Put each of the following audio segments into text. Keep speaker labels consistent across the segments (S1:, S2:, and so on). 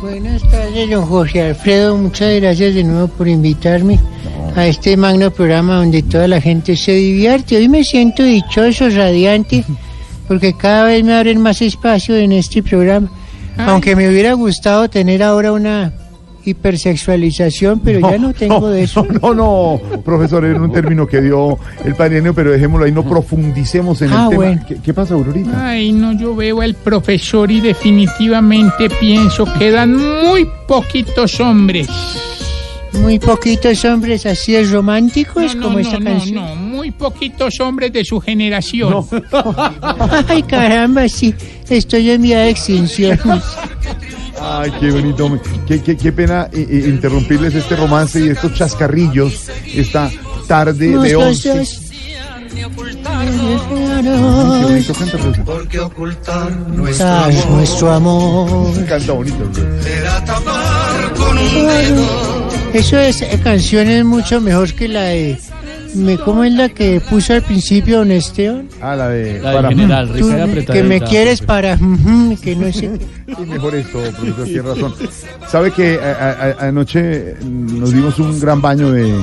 S1: Buenas tardes, don José Alfredo. Muchas gracias de nuevo por invitarme a este magno programa donde toda la gente se divierte. Hoy me siento dichoso, radiante, porque cada vez me abren más espacio en este programa. Aunque me hubiera gustado tener ahora una hipersexualización, pero ya no tengo de eso.
S2: No, no, no, profesor, era un término que dio el padrino, pero dejémoslo ahí, no profundicemos en
S1: Ah,
S2: el tema.
S1: bueno.
S2: ¿Qué, qué pasa, Aurorita?
S3: Ay, no, yo veo al profesor y definitivamente pienso que dan muy poquitos hombres.
S1: Muy poquitos hombres así es románticos
S3: No, no,
S1: Pues, como
S3: no,
S1: esta
S3: no,
S1: canción.
S3: no, muy poquitos hombres de su generación.
S1: Ay, caramba, sí, estoy en vía de extinción.
S2: Ay, qué bonito. hombre. Qué, qué- qué pena eh, eh, interrumpirles este romance y estos chascarrillos esta tarde de
S1: Los
S2: once.
S1: dos
S2: Qué
S1: Claro,
S2: bonito canta, profesor.
S1: tal nuestro amor.
S2: Canta bonito. profesor.
S1: Bueno, eso es, eh, canción es mucho mejor que la de. Me, ¿Cómo es la que puso al principio Don Esteban?
S2: Ah, la de...
S4: La
S2: para-
S4: del general,
S1: Tú,
S4: rica y apretadita.
S1: que me quieres para. ujú, Que no sé. qué.
S2: Es mejor esto, profesor, tiene razón. Sabe que a- a- anoche nos dimos un gran baño de eh,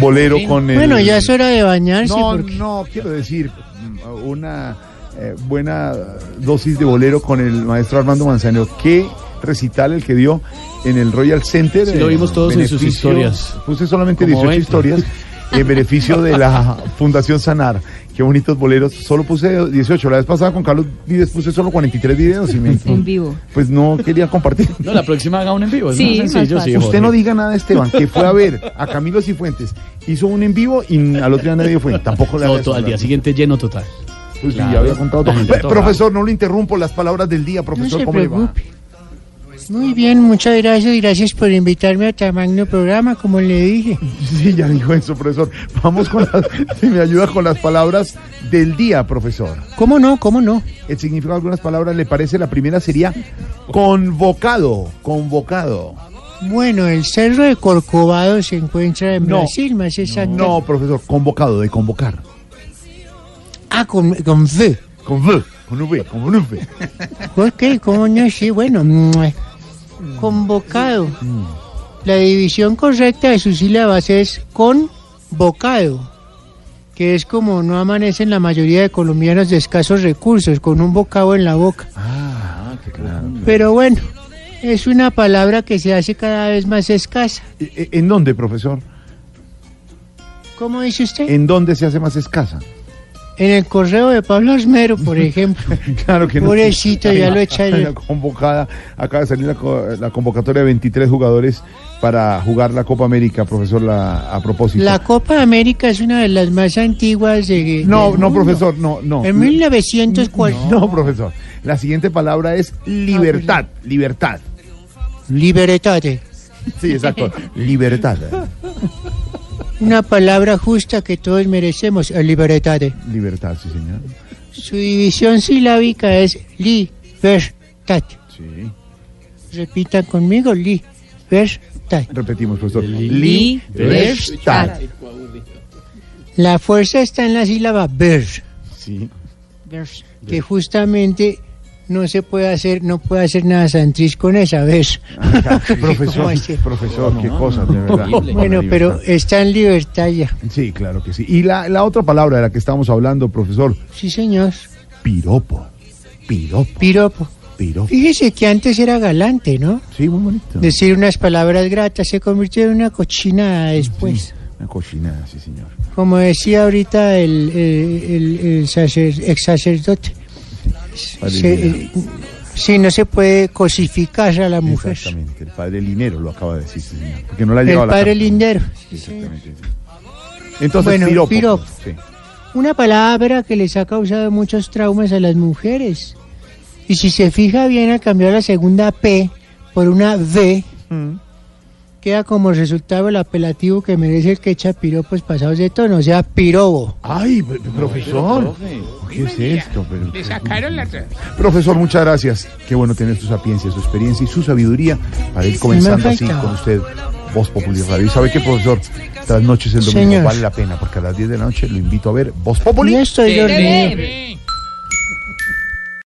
S2: bolero con el...
S1: Bueno, ya es hora de bañarse.
S2: No,
S1: porque...
S2: no, quiero decir, mm, una eh, buena dosis de bolero con el maestro Armando Manzanero. Qué recital el que dio en el Royal Center.
S4: Sí, lo
S2: eh,
S4: vimos todos en sus
S2: beneficio-
S4: historias.
S2: Puse solamente
S4: Como
S2: 18
S4: 20.
S2: historias en beneficio de la Fundación Sanar. Qué bonitos boleros. Solo puse 18. La vez pasada con Carlos Vives puse solo 43 videos y me...
S5: En vivo.
S2: Pues no quería compartir.
S4: No, la próxima haga un en vivo. Es
S5: Sí,
S4: más
S5: más
S4: sencillo, sí.
S5: fácil.
S4: Jorge.
S2: Usted no diga nada, Esteban, que fue a ver a Camilo Cifuentes. Hizo un en vivo y al otro día nadie fue. Tampoco le
S4: No,
S2: hagas
S4: to- al
S2: hablar.
S4: día siguiente lleno total.
S2: Pues sí,
S4: Claro,
S2: ya había contado todo.
S4: la gente
S2: Ve,
S4: toda.
S2: profesor, no lo interrumpo, las palabras del día,
S1: No
S2: profesor,
S1: se
S2: ¿cómo le va?
S1: preocupe. Muy bien, muchas gracias. Gracias por invitarme a tamaño programa, como le dije.
S2: Sí, ya dijo eso, profesor. Vamos con las, si me ayuda con las palabras del día, profesor.
S1: ¿Cómo no? ¿Cómo no?
S2: El significado de algunas palabras le parece, la primera sería convocado, convocado.
S1: Bueno, el cerro de Corcovado se encuentra en
S2: No.
S1: Brasil, más exacto.
S2: No, profesor, convocado, de convocar.
S1: Ah, con, con V.
S2: Con V, con V, con V.
S1: Ok, ¿cómo no? Sí, bueno. mua. Convocado.
S2: Mm.
S1: La división correcta de sus sílabas es convocado, que es como no amanecen la mayoría de colombianos de escasos recursos, con un bocado en la boca.
S2: Ah, qué claro.
S1: Pero bueno, es una palabra que se hace cada vez más escasa.
S2: ¿E- e- ¿En dónde, profesor?
S1: ¿Cómo dice usted?
S2: ¿En dónde se hace más escasa?
S1: En el correo de Pablo Osmero, por ejemplo.
S2: Claro que no.
S1: Pobrecito, ya lo echaron.
S2: La convocada, acaba de salir la, co- la convocatoria de 23 jugadores para jugar la Copa América, profesor, la, a propósito.
S1: La Copa América es una de las más antiguas de...
S2: no,
S1: del
S2: no,
S1: mundo.
S2: profesor, no, no.
S1: En 1940.
S2: No, profesor. La siguiente palabra es libertad,
S1: Ah,
S2: libertad.
S1: Libertate.
S2: Sí, exacto, libertad,
S1: Una palabra justa que todos merecemos, eh, libertate.
S2: libertad, sí, señor.
S1: Su división silábica es libertad.
S2: Sí.
S1: Repitan conmigo, libertad.
S2: Repetimos, profesor.
S4: Li-
S2: Libertad.
S1: La fuerza está en la sílaba ver,
S2: Sí.
S1: que justamente no se puede hacer, no puede hacer nada Santriz con esa ver.
S2: Ah, profesor,
S1: así?
S2: profesor, qué cosas, de verdad.
S1: Bueno, pero está en libertad ya.
S2: Sí, claro que sí. Y la, la otra palabra de la que estamos hablando, profesor,
S1: Sí, señor.
S2: piropo. Piropo,
S1: Piropo.
S2: piropo.
S1: Fíjese que antes era galante, ¿no?
S2: Sí, muy bonito.
S1: Decir unas palabras gratas se convirtió en una cochinada después.
S2: Una cochinada, sí, señor.
S1: Como decía ahorita el, eh, el- el sacer- ex sacerdote,
S2: Padre
S1: se-
S2: Linero.
S1: eh, sí, no se puede cosificar a la mujer.
S2: Exactamente. El padre Linero lo acaba de decir, sí, señor. Porque no la ha
S1: El
S2: llegado a la
S1: padre
S2: carta.
S1: lindero.
S2: Exactamente, sí. Entonces,
S1: Bueno,
S2: piropo.
S1: piropo.
S2: Sí.
S1: Una palabra que les ha causado muchos traumas a las mujeres. Y si se fija bien al cambiar la segunda P por una V, queda como resultado el apelativo que merece el que echa piropos pasados de tono, o sea, pirobo.
S2: Ay, p- profesor. ¿Qué es esto? Pero-
S3: Le sacaron la... tra-
S2: Profesor, muchas gracias. Qué bueno tener su sapiencia, su experiencia y su sabiduría para ir comenzando así
S1: Perfecto.
S2: con usted, Voz Populi Radio. ¿Y sabe qué, profesor? Tras noches el domingo
S1: Señor.
S2: vale la pena, porque a las 10 de la noche lo invito a ver Voz
S1: Y
S2: Populi.
S1: estoy dormido.
S3: Ven.